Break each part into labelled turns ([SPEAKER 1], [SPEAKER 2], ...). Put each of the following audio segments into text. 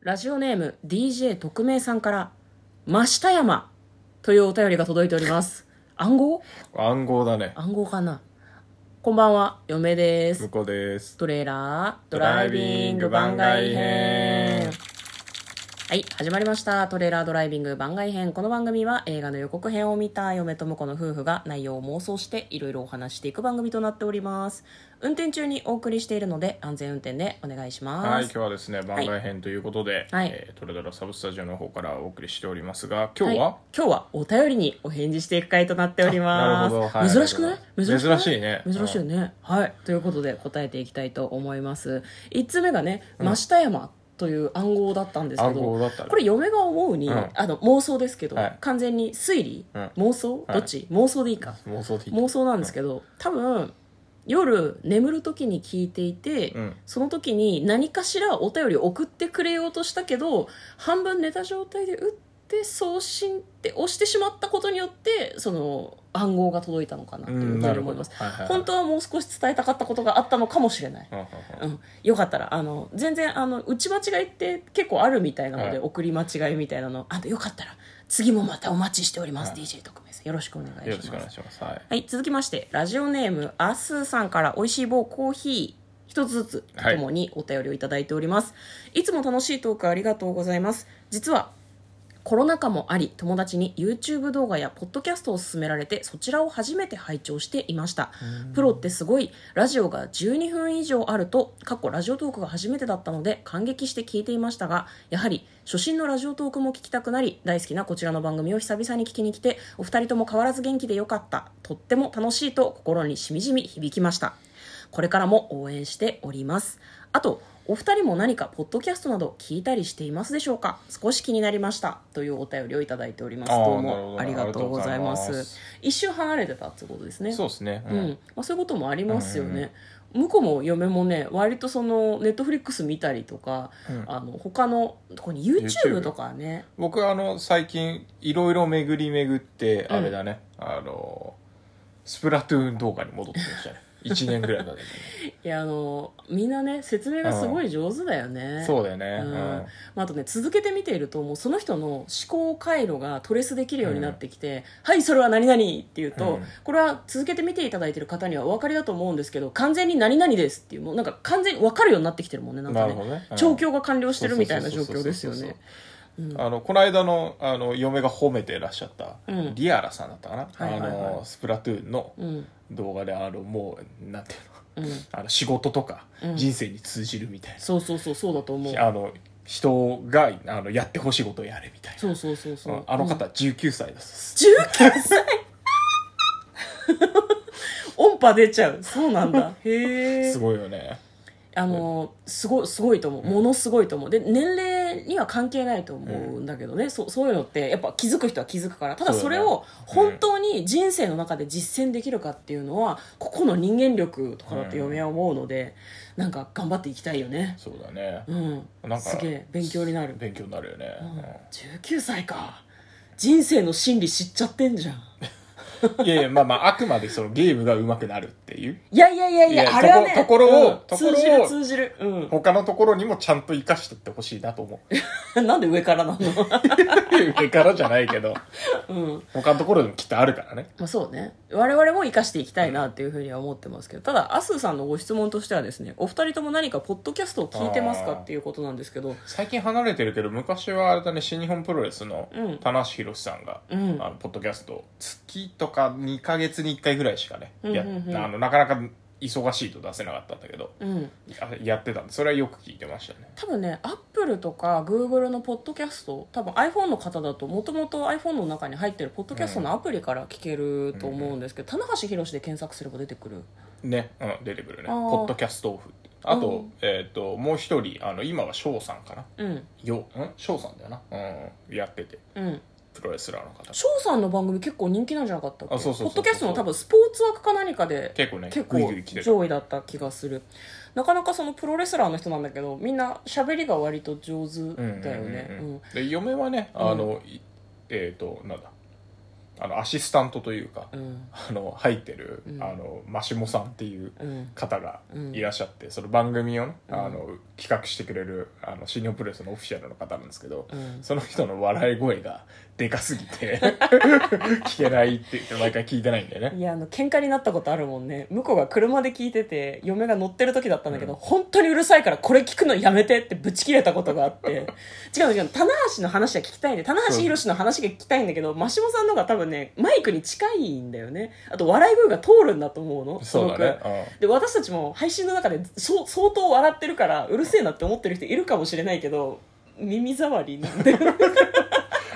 [SPEAKER 1] ラジオネーム DJ 特命さんから真下山というお便りが届いております 暗号
[SPEAKER 2] 暗号だね
[SPEAKER 1] 暗号かなこんばんは嫁です
[SPEAKER 2] 向こうです
[SPEAKER 1] トレーラード
[SPEAKER 2] ドライビング番外編
[SPEAKER 1] はい始まりましたトレーラードライビング番外編この番組は映画の予告編を見た嫁と婿の夫婦が内容を妄想していろいろお話していく番組となっております運転中にお送りしているので安全運転でお願いします
[SPEAKER 2] はい今日はですね番外編ということで、
[SPEAKER 1] はい
[SPEAKER 2] えートレドラサブスタジオの方からお送りしておりますが今日は、
[SPEAKER 1] い、今日はお便りにお返事していく回となっており
[SPEAKER 2] な
[SPEAKER 1] ま
[SPEAKER 2] る
[SPEAKER 1] す
[SPEAKER 2] ほど、はい
[SPEAKER 1] 珍しくない
[SPEAKER 2] 珍
[SPEAKER 1] くない
[SPEAKER 2] しいね
[SPEAKER 1] 珍しいよね、はいということで答えていきたいと思います1つ目がね「真下山」という暗号だったんですけ
[SPEAKER 2] 暗
[SPEAKER 1] ど、
[SPEAKER 2] 号だったね
[SPEAKER 1] これ嫁が思うに、
[SPEAKER 2] うん
[SPEAKER 1] あの妄想ですけど、
[SPEAKER 2] はい
[SPEAKER 1] 完全に推理、
[SPEAKER 2] うん
[SPEAKER 1] 妄想
[SPEAKER 2] は
[SPEAKER 1] ど
[SPEAKER 2] い
[SPEAKER 1] っち、妄想でいいか
[SPEAKER 2] 妄想的
[SPEAKER 1] 妄想なんですけど、多分夜眠る時に聞いていて、
[SPEAKER 2] うん
[SPEAKER 1] その時に何かしらお便りを送ってくれようとしたけど半分寝た状態で打って送信って押してしまったことによってその暗号が届いたのかなと
[SPEAKER 2] う
[SPEAKER 1] いうふうんに
[SPEAKER 2] なる
[SPEAKER 1] 思
[SPEAKER 2] ほ
[SPEAKER 1] い
[SPEAKER 2] ど
[SPEAKER 1] ま
[SPEAKER 2] は
[SPEAKER 1] す、
[SPEAKER 2] いはいはい
[SPEAKER 1] 本当はもう少し伝えたかったことがあったのかもしれない、
[SPEAKER 2] うんうんう
[SPEAKER 1] うんん、よかったらあの全然あの打ち間違いって結構あるみたいなので、
[SPEAKER 2] はい
[SPEAKER 1] 送り間違いみたいなのあとよかったら次もまたお待ちしております、
[SPEAKER 2] はい
[SPEAKER 1] DJ 特命さんよろしくお願い
[SPEAKER 2] よろ
[SPEAKER 1] し
[SPEAKER 2] しくお
[SPEAKER 1] ま
[SPEAKER 2] 願い
[SPEAKER 1] す
[SPEAKER 2] しますはい
[SPEAKER 1] はい、続きまして、ラジオネーム、アスーさんから、美味しい棒コーヒー、一つずつ、と
[SPEAKER 2] はい
[SPEAKER 1] もにお便りをいただいております。い、つも楽しいトークありがとうございます。実は、コロナ禍もあり、友達に YouTube 動画やポッドキャストを勧められて、そちらを初めて拝聴していました。プロってすごい、ラジオが12分以上あると、過去ラジオトークが初めてだったので、感激して聞いていましたが、やはり、初心のラジオトークも聞きたくなり、大好きなこちらの番組を久々に聞きに来て、お二人とも変わらず元気でよかった。とっても楽しいと心にしみじみ響きました。これからも応援しております。あと、お二人も何かポッドキャストなど聞いたりしていますでしょうか少し気になりました。というお便りをいただいております。
[SPEAKER 2] あー
[SPEAKER 1] どう
[SPEAKER 2] なるほ
[SPEAKER 1] も
[SPEAKER 2] ど
[SPEAKER 1] ありがとうございま
[SPEAKER 2] ありがとうございますす。
[SPEAKER 1] 一周離れてたってことですね。
[SPEAKER 2] そうですね、
[SPEAKER 1] う
[SPEAKER 2] うんん
[SPEAKER 1] まあ、そういうこともありますよね、向こうも嫁もね割とそのネットフリックス見たりとか、
[SPEAKER 2] うん
[SPEAKER 1] あの他のとこに
[SPEAKER 2] YouTube
[SPEAKER 1] YouTube とかね
[SPEAKER 2] 僕はあの最近いろいろ巡り巡って
[SPEAKER 1] うん
[SPEAKER 2] あれだね、あのスプラトゥーン動画に戻ってましたね1年ぐらいだね
[SPEAKER 1] いやあのみんなね説明がすごい上手だよ ね、
[SPEAKER 2] そうだよね、
[SPEAKER 1] うん
[SPEAKER 2] うん
[SPEAKER 1] まあ、あとね続けて見ているともうその人の思考回路がトレスできるようになってきて「はいそれは何々」って言うと、
[SPEAKER 2] うん
[SPEAKER 1] これは続けて見ていただいてる方にはお分かりだと思うんですけど完全に「何々です」っていうもうなんか完全に分かるようになってきてるもんねなんか
[SPEAKER 2] なる
[SPEAKER 1] ね
[SPEAKER 2] ほどね、うん
[SPEAKER 1] 調教が完了してるみたいな状況ですよ
[SPEAKER 2] そうそうそうそうそう
[SPEAKER 1] ね
[SPEAKER 2] あのこの間のあの嫁が褒めてらっしゃった、
[SPEAKER 1] うん
[SPEAKER 2] リアラさんだったかな、
[SPEAKER 1] はいはいはい
[SPEAKER 2] あのスプラトゥーンの
[SPEAKER 1] うん
[SPEAKER 2] 動画であのもうなんてい
[SPEAKER 1] う
[SPEAKER 2] う
[SPEAKER 1] ん
[SPEAKER 2] のあの仕事とか
[SPEAKER 1] うん
[SPEAKER 2] 人生に通じるみたい
[SPEAKER 1] そうそうそうそうだと思う
[SPEAKER 2] な、あの人があのやってほしいことをやれみたい
[SPEAKER 1] そうそうそうそ
[SPEAKER 2] な、うん
[SPEAKER 1] う
[SPEAKER 2] あの
[SPEAKER 1] うん
[SPEAKER 2] 方19歳です、
[SPEAKER 1] 19歳 音波出ちゃうそうなんだへえ
[SPEAKER 2] すごいよね
[SPEAKER 1] あのすごいすごいと思うものすごいと思うで年齢には関係ないと思うんだけどね、そうそういうのってやっぱ気づく人は気づくからただそ
[SPEAKER 2] そうだ
[SPEAKER 1] れ
[SPEAKER 2] ね
[SPEAKER 1] を本当に人生の中で実践できるかっていうのはここの人間力とかだと嫁は思うので、なんか頑張っていきたいよね
[SPEAKER 2] そうだね
[SPEAKER 1] うん
[SPEAKER 2] なんか
[SPEAKER 1] すげえ勉強になる
[SPEAKER 2] 勉強になるよね、
[SPEAKER 1] 19歳か人生の真理知っちゃってんじゃん
[SPEAKER 2] うんいやいやまあまああくまでそのゲームが上手くなるっていう
[SPEAKER 1] いやいやいやいや
[SPEAKER 2] いや
[SPEAKER 1] あれはね
[SPEAKER 2] ところを
[SPEAKER 1] うん
[SPEAKER 2] ところを
[SPEAKER 1] 通じる通じるう
[SPEAKER 2] 他のところにもちゃんと生かしてってほしいなと思う
[SPEAKER 1] ん なんで上からなの
[SPEAKER 2] 上からじゃないけど
[SPEAKER 1] うん
[SPEAKER 2] 他のところでもきっとあるからね
[SPEAKER 1] まあそうね我々も生かしていきたいなっていうふうには思ってますけどただアスーさんのご質問としてはですねお二人とも何かポッドキャストを聞いてますか
[SPEAKER 2] あー
[SPEAKER 1] っていうことなんですけど
[SPEAKER 2] 最近離れてるけど昔はあれだね新日本プロレスの
[SPEAKER 1] うん
[SPEAKER 2] 田無宏さんが、
[SPEAKER 1] うん
[SPEAKER 2] あのポッドキャスト月とか2ヶ月に1回ぐらいしかね、
[SPEAKER 1] うんうんうん
[SPEAKER 2] やあのなかなか忙しいと出せなかったんだけど
[SPEAKER 1] うん
[SPEAKER 2] あやってたんでそれはよく聞いてましたね
[SPEAKER 1] 多分ねアップルとかグーグルのポッドキャスト多分 iPhone の方だともともと iPhone の中に入ってるポッドキャストのアプリから聞けると思うんですけど、棚橋宏で検索すれば出てくる
[SPEAKER 2] ね、うん、出てくるね
[SPEAKER 1] あー
[SPEAKER 2] ポッドキャストオフってあと,、
[SPEAKER 1] うん
[SPEAKER 2] えっともう一人あの今は翔さんかな
[SPEAKER 1] うん
[SPEAKER 2] よん翔さんだよな、うん、やってて
[SPEAKER 1] うん
[SPEAKER 2] プロレスラーの方
[SPEAKER 1] 翔さんの番組結構人気なんじゃなかったっけ
[SPEAKER 2] あそうそう
[SPEAKER 1] ポ
[SPEAKER 2] そうそう
[SPEAKER 1] ッドキャストの多分スポーツ枠か何かで
[SPEAKER 2] 結構ね
[SPEAKER 1] 結
[SPEAKER 2] グイグイ来
[SPEAKER 1] 構
[SPEAKER 2] てる
[SPEAKER 1] 上位だった気がするなかなかそのプロレスラーの人なんだけどみんな喋りが割と上手だよね
[SPEAKER 2] うんうんうんうんで嫁はねあの、いえっ、となんだあのアシスタントというか、
[SPEAKER 1] うん
[SPEAKER 2] あの入ってる、
[SPEAKER 1] うん
[SPEAKER 2] あのマシモさんっていう
[SPEAKER 1] うん
[SPEAKER 2] 方が
[SPEAKER 1] うん
[SPEAKER 2] いらっしゃって、その番組をね、
[SPEAKER 1] うん
[SPEAKER 2] あの企画してくれるあの新日本プロレスのオフィシャルの方なんですけど、
[SPEAKER 1] うん
[SPEAKER 2] その人の笑い声がでかすぎ て聞けないって言って毎回聞いてないんだよね
[SPEAKER 1] いやあの喧嘩になったことあるもんね向こうが車で聞いてて嫁が乗ってる時だったんだけど、
[SPEAKER 2] うん
[SPEAKER 1] 本当にうるさいからこれ聞くのやめてってぶち切れたことがあって 違う違う棚橋の話は聞きたいんで棚橋宏の話が聞きたいんだけど真下さんの方が多分ねマイクに近いんだよねあと笑い声が通るんだと思うのす
[SPEAKER 2] そ
[SPEAKER 1] ご
[SPEAKER 2] う
[SPEAKER 1] く
[SPEAKER 2] だね、うん
[SPEAKER 1] で私たちも配信の中でそう相当笑ってるからうるせえなって思ってる人いるかもしれないけど耳障りなんで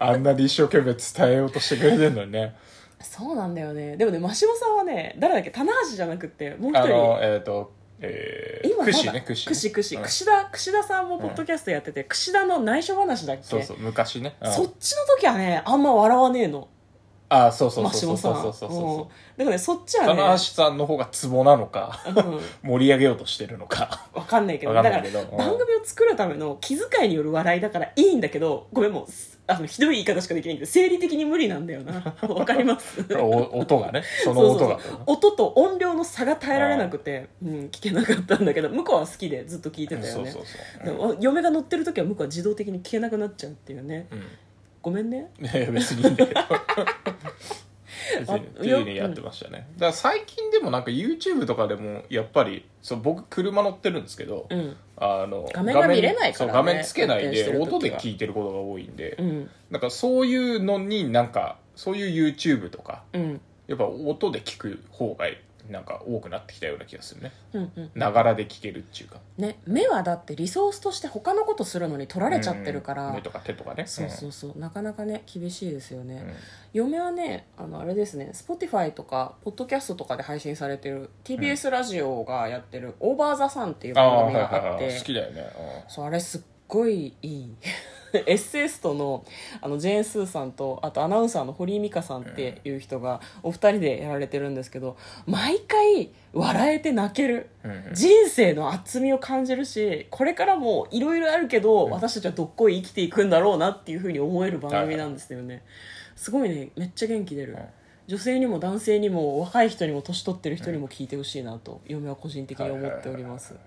[SPEAKER 2] あんなに一生懸命伝えようとしてくれてるのにね。
[SPEAKER 1] そうなんだよねでもね真下さんはね誰だっけ棚橋じゃなくてもう一
[SPEAKER 2] あ
[SPEAKER 1] 人
[SPEAKER 2] の、えっ、と、え
[SPEAKER 1] 今ま
[SPEAKER 2] ー、
[SPEAKER 1] だ
[SPEAKER 2] くしね、くし、ね。
[SPEAKER 1] 串串
[SPEAKER 2] うん
[SPEAKER 1] 串田串田さんもポッドキャストやってて、串田の内緒話だっけ
[SPEAKER 2] そうそう、昔ね。うん
[SPEAKER 1] そっちの時はねあんま笑わねえの
[SPEAKER 2] あ、そうそう
[SPEAKER 1] 真
[SPEAKER 2] そ
[SPEAKER 1] 下
[SPEAKER 2] う
[SPEAKER 1] さ
[SPEAKER 2] そ
[SPEAKER 1] ん
[SPEAKER 2] うそうそ
[SPEAKER 1] う
[SPEAKER 2] う
[SPEAKER 1] んだ
[SPEAKER 2] そ
[SPEAKER 1] からねそっち
[SPEAKER 2] う。棚
[SPEAKER 1] は
[SPEAKER 2] 橋
[SPEAKER 1] ね
[SPEAKER 2] さんの方がツボなのか、
[SPEAKER 1] うん
[SPEAKER 2] 盛り上げようとしてるのか。
[SPEAKER 1] わかんないけど
[SPEAKER 2] わかんな
[SPEAKER 1] だか
[SPEAKER 2] いけど
[SPEAKER 1] ら
[SPEAKER 2] うん
[SPEAKER 1] 番組を作るための気遣いによる笑いだからいいんだけどごめんもうすあのひどい言い方しかできないけど生理的に無理なんだよ なわかります
[SPEAKER 2] お音 がね、その音が。
[SPEAKER 1] そうそう音と音量の差が耐えられなくて、うん、聞けなかったんだけど向こうは好きでずっと聞いてたよね
[SPEAKER 2] そうそうそう。
[SPEAKER 1] でも嫁が乗ってる時は向こうは自動的に聞けなくなっちゃうっていうね
[SPEAKER 2] うん。
[SPEAKER 1] ごめんね
[SPEAKER 2] いやいや別にいいんだけ ど別
[SPEAKER 1] あ
[SPEAKER 2] にっていうねやってましたね、だから最近でもなんか YouTube とかでもやっぱりそう僕車乗ってるんですけど、
[SPEAKER 1] うん
[SPEAKER 2] あの
[SPEAKER 1] 画面が見れないからね
[SPEAKER 2] そう画面つけない
[SPEAKER 1] 運転して
[SPEAKER 2] で
[SPEAKER 1] る時は
[SPEAKER 2] 音で聞いてることが多いんで、
[SPEAKER 1] うん
[SPEAKER 2] なんかそういうのになんかそういう YouTube とか
[SPEAKER 1] うん
[SPEAKER 2] やっぱ音で聞く方がなんか多くなってきたような気がするね
[SPEAKER 1] うんうん
[SPEAKER 2] ながらで聞けるっていうか
[SPEAKER 1] ね目はだってリソースとして他のことするのに取られちゃってるから、
[SPEAKER 2] うん目とか手とかね
[SPEAKER 1] そうそうそうなかなかね厳しいですよね、
[SPEAKER 2] うん、うん
[SPEAKER 1] 嫁はねあのあれですね Spotify とかポッドキャストとかで配信されてる TBS ラジオがやってる「オーバー・ザ・サン」っていう
[SPEAKER 2] ああ
[SPEAKER 1] 番
[SPEAKER 2] はい
[SPEAKER 1] 組
[SPEAKER 2] は
[SPEAKER 1] があっ
[SPEAKER 2] い
[SPEAKER 1] て、
[SPEAKER 2] はい好きだよね、
[SPEAKER 1] そうあれすっごいいい エッセイストのあのジェーン・スーさんとあとアナウンサーの堀井美香さんっていう人がお二人でやられてるんですけど毎回笑えて泣ける
[SPEAKER 2] うんうんうん
[SPEAKER 1] 人生の厚みを感じるしこれからもいろいろあるけど、
[SPEAKER 2] うん
[SPEAKER 1] 私たちはどっこい生きていくんだろうなっていうふうに思える番組なんですよね、すごいねめっちゃ元気出る、
[SPEAKER 2] はい
[SPEAKER 1] 女性にも男性にも若い人にも年取ってる人にも聞いてほしいなと、嫁は個人的に思っております、
[SPEAKER 2] は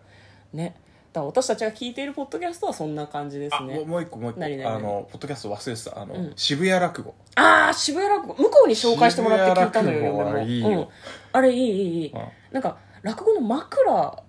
[SPEAKER 2] い
[SPEAKER 1] ねだから私たちが聞いているポッドキャストはそんな感じで
[SPEAKER 2] あ
[SPEAKER 1] す
[SPEAKER 2] もう
[SPEAKER 1] ね
[SPEAKER 2] もう一個もう一個
[SPEAKER 1] 何々
[SPEAKER 2] あのポッドキャスト忘れてたあの、
[SPEAKER 1] うん
[SPEAKER 2] 渋谷落語
[SPEAKER 1] ああ渋谷落語向こうに紹介してもらって聞いたのよ
[SPEAKER 2] 渋谷
[SPEAKER 1] 嫁
[SPEAKER 2] 落語
[SPEAKER 1] も
[SPEAKER 2] はいいよ
[SPEAKER 1] うん、あれいいいいいい、
[SPEAKER 2] う
[SPEAKER 1] なんか落語の枕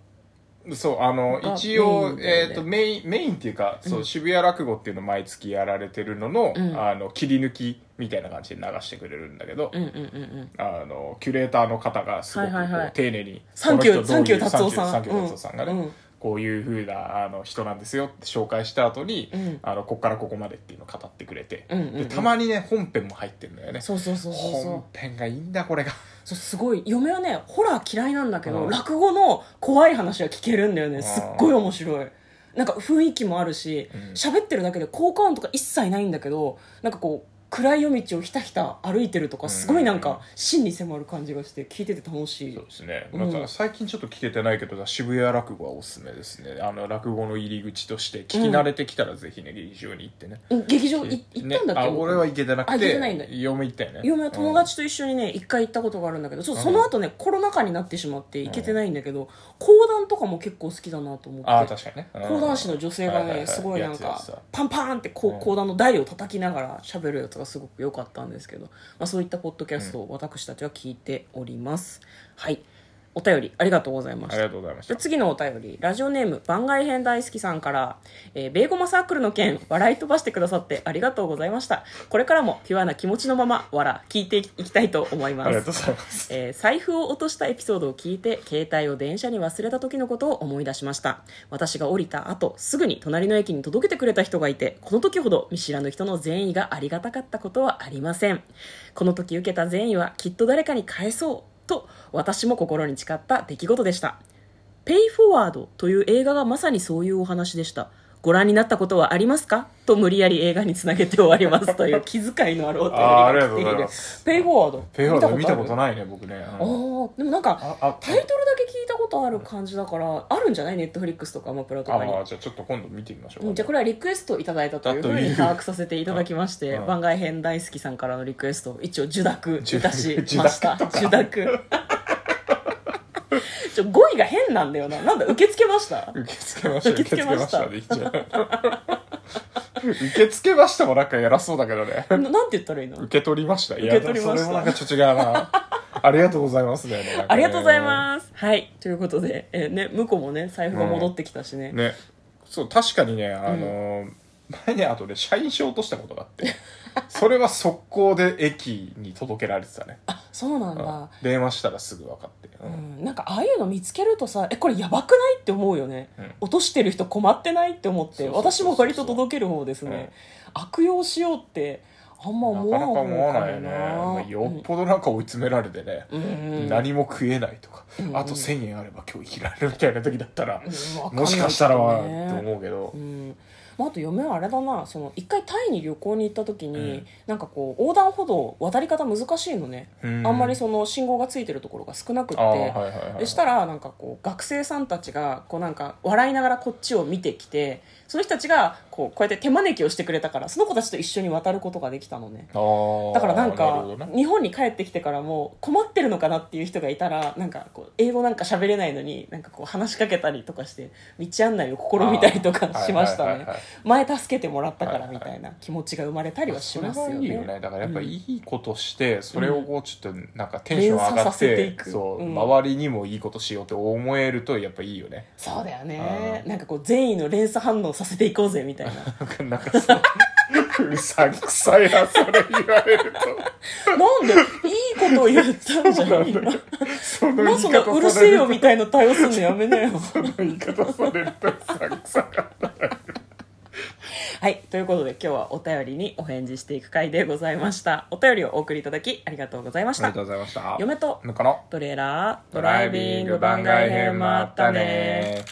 [SPEAKER 2] そうあの
[SPEAKER 1] が
[SPEAKER 2] 一
[SPEAKER 1] メイ
[SPEAKER 2] 応
[SPEAKER 1] ンだよ
[SPEAKER 2] え
[SPEAKER 1] ね
[SPEAKER 2] ーとメインメインっていうかそう、
[SPEAKER 1] うん
[SPEAKER 2] 渋谷落語っていうの毎月やられてるのの,、
[SPEAKER 1] うん
[SPEAKER 2] あの切り抜きみたいな感じで流してくれるんだけど、
[SPEAKER 1] うんうんうんうん
[SPEAKER 2] あのキュレーターの方がすごくこう、
[SPEAKER 1] はいはいはい
[SPEAKER 2] 丁寧に
[SPEAKER 1] サンキュー
[SPEAKER 2] こ
[SPEAKER 1] サン
[SPEAKER 2] の
[SPEAKER 1] キュ
[SPEAKER 2] 人
[SPEAKER 1] ー
[SPEAKER 2] どういう
[SPEAKER 1] 達夫さん
[SPEAKER 2] サンキューサンキュー達夫さんがね、
[SPEAKER 1] うん
[SPEAKER 2] こういうふうなあの人なんですよって紹介した後に、
[SPEAKER 1] うん
[SPEAKER 2] あのこっからここまでっていうのを語ってくれて、
[SPEAKER 1] うんうんうん
[SPEAKER 2] でたまにね本編も入ってるんだよね
[SPEAKER 1] そうそうそうそうそう
[SPEAKER 2] 本編がいいんだこれが
[SPEAKER 1] そうすごい嫁はねホラー嫌いなんだけど、
[SPEAKER 2] うん
[SPEAKER 1] 落語の怖い話は聞けるんだよ
[SPEAKER 2] う
[SPEAKER 1] ね
[SPEAKER 2] ん
[SPEAKER 1] すっごい面白いなんか雰囲気もあるし
[SPEAKER 2] うん
[SPEAKER 1] 喋、ってるだけで効果音とか一切ないんだけどなんかこう暗い夜道をひたひた歩いてるとかすごいなん
[SPEAKER 2] うん
[SPEAKER 1] か真に迫る感じがして聞いてて楽しい
[SPEAKER 2] そうですね、
[SPEAKER 1] うん
[SPEAKER 2] また最近ちょっと聞けてないけど渋谷落語はおすすめですねあの落語の入り口として聞き慣れてきたらぜひね劇場に行ってね
[SPEAKER 1] うん劇場い行ったんだ
[SPEAKER 2] ね
[SPEAKER 1] っけ
[SPEAKER 2] あ俺は行けてな
[SPEAKER 1] あ
[SPEAKER 2] く
[SPEAKER 1] 行け
[SPEAKER 2] て
[SPEAKER 1] てないんだ
[SPEAKER 2] 嫁行ったよね
[SPEAKER 1] 嫁は友達と一緒にね一回行ったことがあるんだけどちょっとその後ねコロナ禍になってしまって行けてないんだけど講談とかも結構好きだなと思って
[SPEAKER 2] ああ確かにね
[SPEAKER 1] 講談師の女性が
[SPEAKER 2] はいはいは
[SPEAKER 1] ね
[SPEAKER 2] い
[SPEAKER 1] すごいなん
[SPEAKER 2] やつや
[SPEAKER 1] か
[SPEAKER 2] つさ
[SPEAKER 1] パンパーンってこ
[SPEAKER 2] うん
[SPEAKER 1] う講談の台を叩きながら喋るやつがすごく良かったんですけど、まあ、そういったポッドキャストを私たちは聞いております、はいお便りありがとうございま
[SPEAKER 2] あ
[SPEAKER 1] し
[SPEAKER 2] り
[SPEAKER 1] た
[SPEAKER 2] がとうございまし
[SPEAKER 1] じゃ
[SPEAKER 2] た
[SPEAKER 1] あ次のお便りラジオネーム番外編大好きさんから、えーベーゴマサークルの件笑い飛ばしてくださってありがとうございましたこれからもピュアな気持ちのまま笑聞いていきたいと思い
[SPEAKER 2] あ
[SPEAKER 1] ます
[SPEAKER 2] りがとうございます
[SPEAKER 1] えー財布を落としたエピソードを聞いて携帯を電車に忘れた時のことを思い出しました私が降りた後すぐに隣の駅に届けてくれた人がいてこの時ほど見知らぬ人の善意がありがたかったことはありませんこの時受けた善意はきっと誰かに返そうと私も心に誓った出来事でしたペイフォワードという映画がまさにそういうお話でした。ご覧になったことはありますかと無理やり映画につなげて終わりますという気遣いのあるお便り
[SPEAKER 2] あーあり
[SPEAKER 1] が
[SPEAKER 2] が
[SPEAKER 1] 来
[SPEAKER 2] と
[SPEAKER 1] て
[SPEAKER 2] うご
[SPEAKER 1] い
[SPEAKER 2] ざい
[SPEAKER 1] る
[SPEAKER 2] ます
[SPEAKER 1] ペイフォワード
[SPEAKER 2] ペイフォワード見たこと
[SPEAKER 1] ある
[SPEAKER 2] ないね僕ね、
[SPEAKER 1] あ
[SPEAKER 2] うん
[SPEAKER 1] ーでもなんか
[SPEAKER 2] ああ
[SPEAKER 1] タイトルだけ聞いたことある感じだからあるんじゃないネットフリックスとかアマプラとかに
[SPEAKER 2] ああじゃあちょっと今度見てみましょう、
[SPEAKER 1] うんじゃあこれはリクエストをいただいたというふう
[SPEAKER 2] だとい
[SPEAKER 1] に
[SPEAKER 2] う
[SPEAKER 1] 把握させていただきまして、
[SPEAKER 2] うん
[SPEAKER 1] 番外編大好きさんからのリクエストを一応受諾い
[SPEAKER 2] 受
[SPEAKER 1] た
[SPEAKER 2] 諾
[SPEAKER 1] しま した受諾 ちょ語彙が変なんだよななんだ受け付けました
[SPEAKER 2] 受け付けました
[SPEAKER 1] 受け付けました
[SPEAKER 2] 受け付けましたでいいんじゃない 受け付けましたもなんか偉そうだけどね
[SPEAKER 1] ななんて言ったらいいの
[SPEAKER 2] 受け取りましたい
[SPEAKER 1] 受け取りました
[SPEAKER 2] それもなんかちょっと違うなありがとうございますねなんかね
[SPEAKER 1] ありがとうございますはいということで、えーね、向こうもね財布が戻ってきたしね、
[SPEAKER 2] ねそう確かにねあの、前にあとで社員証落としたことがあってそれは速攻で駅に届けられてたね、
[SPEAKER 1] あ そうなんだ、
[SPEAKER 2] うん電話したらすぐ分かって、う
[SPEAKER 1] うんん、なんかああいうの見つけるとさえこれやばくないって思うよね、
[SPEAKER 2] うん
[SPEAKER 1] 落としてる人困ってないって思って
[SPEAKER 2] そうそうそう
[SPEAKER 1] 私
[SPEAKER 2] そう
[SPEAKER 1] も割と届ける方ですね、悪用しようってあんま
[SPEAKER 2] な
[SPEAKER 1] 思
[SPEAKER 2] か
[SPEAKER 1] わ
[SPEAKER 2] なか
[SPEAKER 1] 方
[SPEAKER 2] 思わないよね、まあ
[SPEAKER 1] か
[SPEAKER 2] よっぽどなんか追い詰められてね、
[SPEAKER 1] なうん
[SPEAKER 2] 何も食えないとか、
[SPEAKER 1] うん
[SPEAKER 2] あと1000円あれば今日生きられるみたいな時だったら、
[SPEAKER 1] うん
[SPEAKER 2] もしかしたら
[SPEAKER 1] わ
[SPEAKER 2] は
[SPEAKER 1] かんないけどね
[SPEAKER 2] って思うけど、
[SPEAKER 1] うんまあ、あと嫁はあれだなその一回タイに旅行に行った時に、
[SPEAKER 2] うん
[SPEAKER 1] なんかこう横断歩道渡り方難しいのね、
[SPEAKER 2] うん
[SPEAKER 1] あんまりその信号がついてるところが少なくって、
[SPEAKER 2] あーはいはいはい
[SPEAKER 1] でしたらなんかこう学生さんたちがこうなんか笑いながらこっちを見てきてその人たちがこうこうやって手招きをしてくれたからその子たちと一緒に渡ることができたのね
[SPEAKER 2] あー
[SPEAKER 1] だからなん
[SPEAKER 2] る
[SPEAKER 1] か
[SPEAKER 2] ほどね
[SPEAKER 1] 日本に帰ってきてからも困ってるのかなっていう人がいたらなんかこう英語なんか喋れないのになんかこう話しかけたりとかして道案内を試みたりとか
[SPEAKER 2] あー
[SPEAKER 1] しました
[SPEAKER 2] はいはい
[SPEAKER 1] ね
[SPEAKER 2] はいはい
[SPEAKER 1] 前助けてもらったか
[SPEAKER 2] は
[SPEAKER 1] ら
[SPEAKER 2] いはい
[SPEAKER 1] みたいな気持ちが生まれたりはしますよ
[SPEAKER 2] それはいいよ
[SPEAKER 1] ね
[SPEAKER 2] ねだからやっぱりいいことして、それをこうちょっとなんかテンショ
[SPEAKER 1] 連
[SPEAKER 2] ン上
[SPEAKER 1] 鎖
[SPEAKER 2] が
[SPEAKER 1] さ
[SPEAKER 2] っ
[SPEAKER 1] せ
[SPEAKER 2] て
[SPEAKER 1] ていく
[SPEAKER 2] そ
[SPEAKER 1] う
[SPEAKER 2] う、
[SPEAKER 1] ん
[SPEAKER 2] 周りにもいいことしようって思えるとやっぱいいよね
[SPEAKER 1] そうだよね
[SPEAKER 2] うん
[SPEAKER 1] なんかこう善意の連鎖反応させていこうぜみたいな
[SPEAKER 2] なんかさ うさんくさいなそれ言われると
[SPEAKER 1] なんでいいことを言ったんじゃない 今
[SPEAKER 2] そ
[SPEAKER 1] ま
[SPEAKER 2] の言
[SPEAKER 1] あ
[SPEAKER 2] い
[SPEAKER 1] その
[SPEAKER 2] 方
[SPEAKER 1] うる
[SPEAKER 2] され
[SPEAKER 1] せえ
[SPEAKER 2] る
[SPEAKER 1] よみたいな対応するのやめなよ
[SPEAKER 2] その言い方されるとうさんくさかった
[SPEAKER 1] はいということで今日はお便りにお返事していく回でございましたお便りをお送りいただきありがとうございまし
[SPEAKER 2] ありが
[SPEAKER 1] た
[SPEAKER 2] とうございま した
[SPEAKER 1] 嫁と
[SPEAKER 2] 向こうの
[SPEAKER 1] トレーラード
[SPEAKER 2] ドライビング番外編もあったね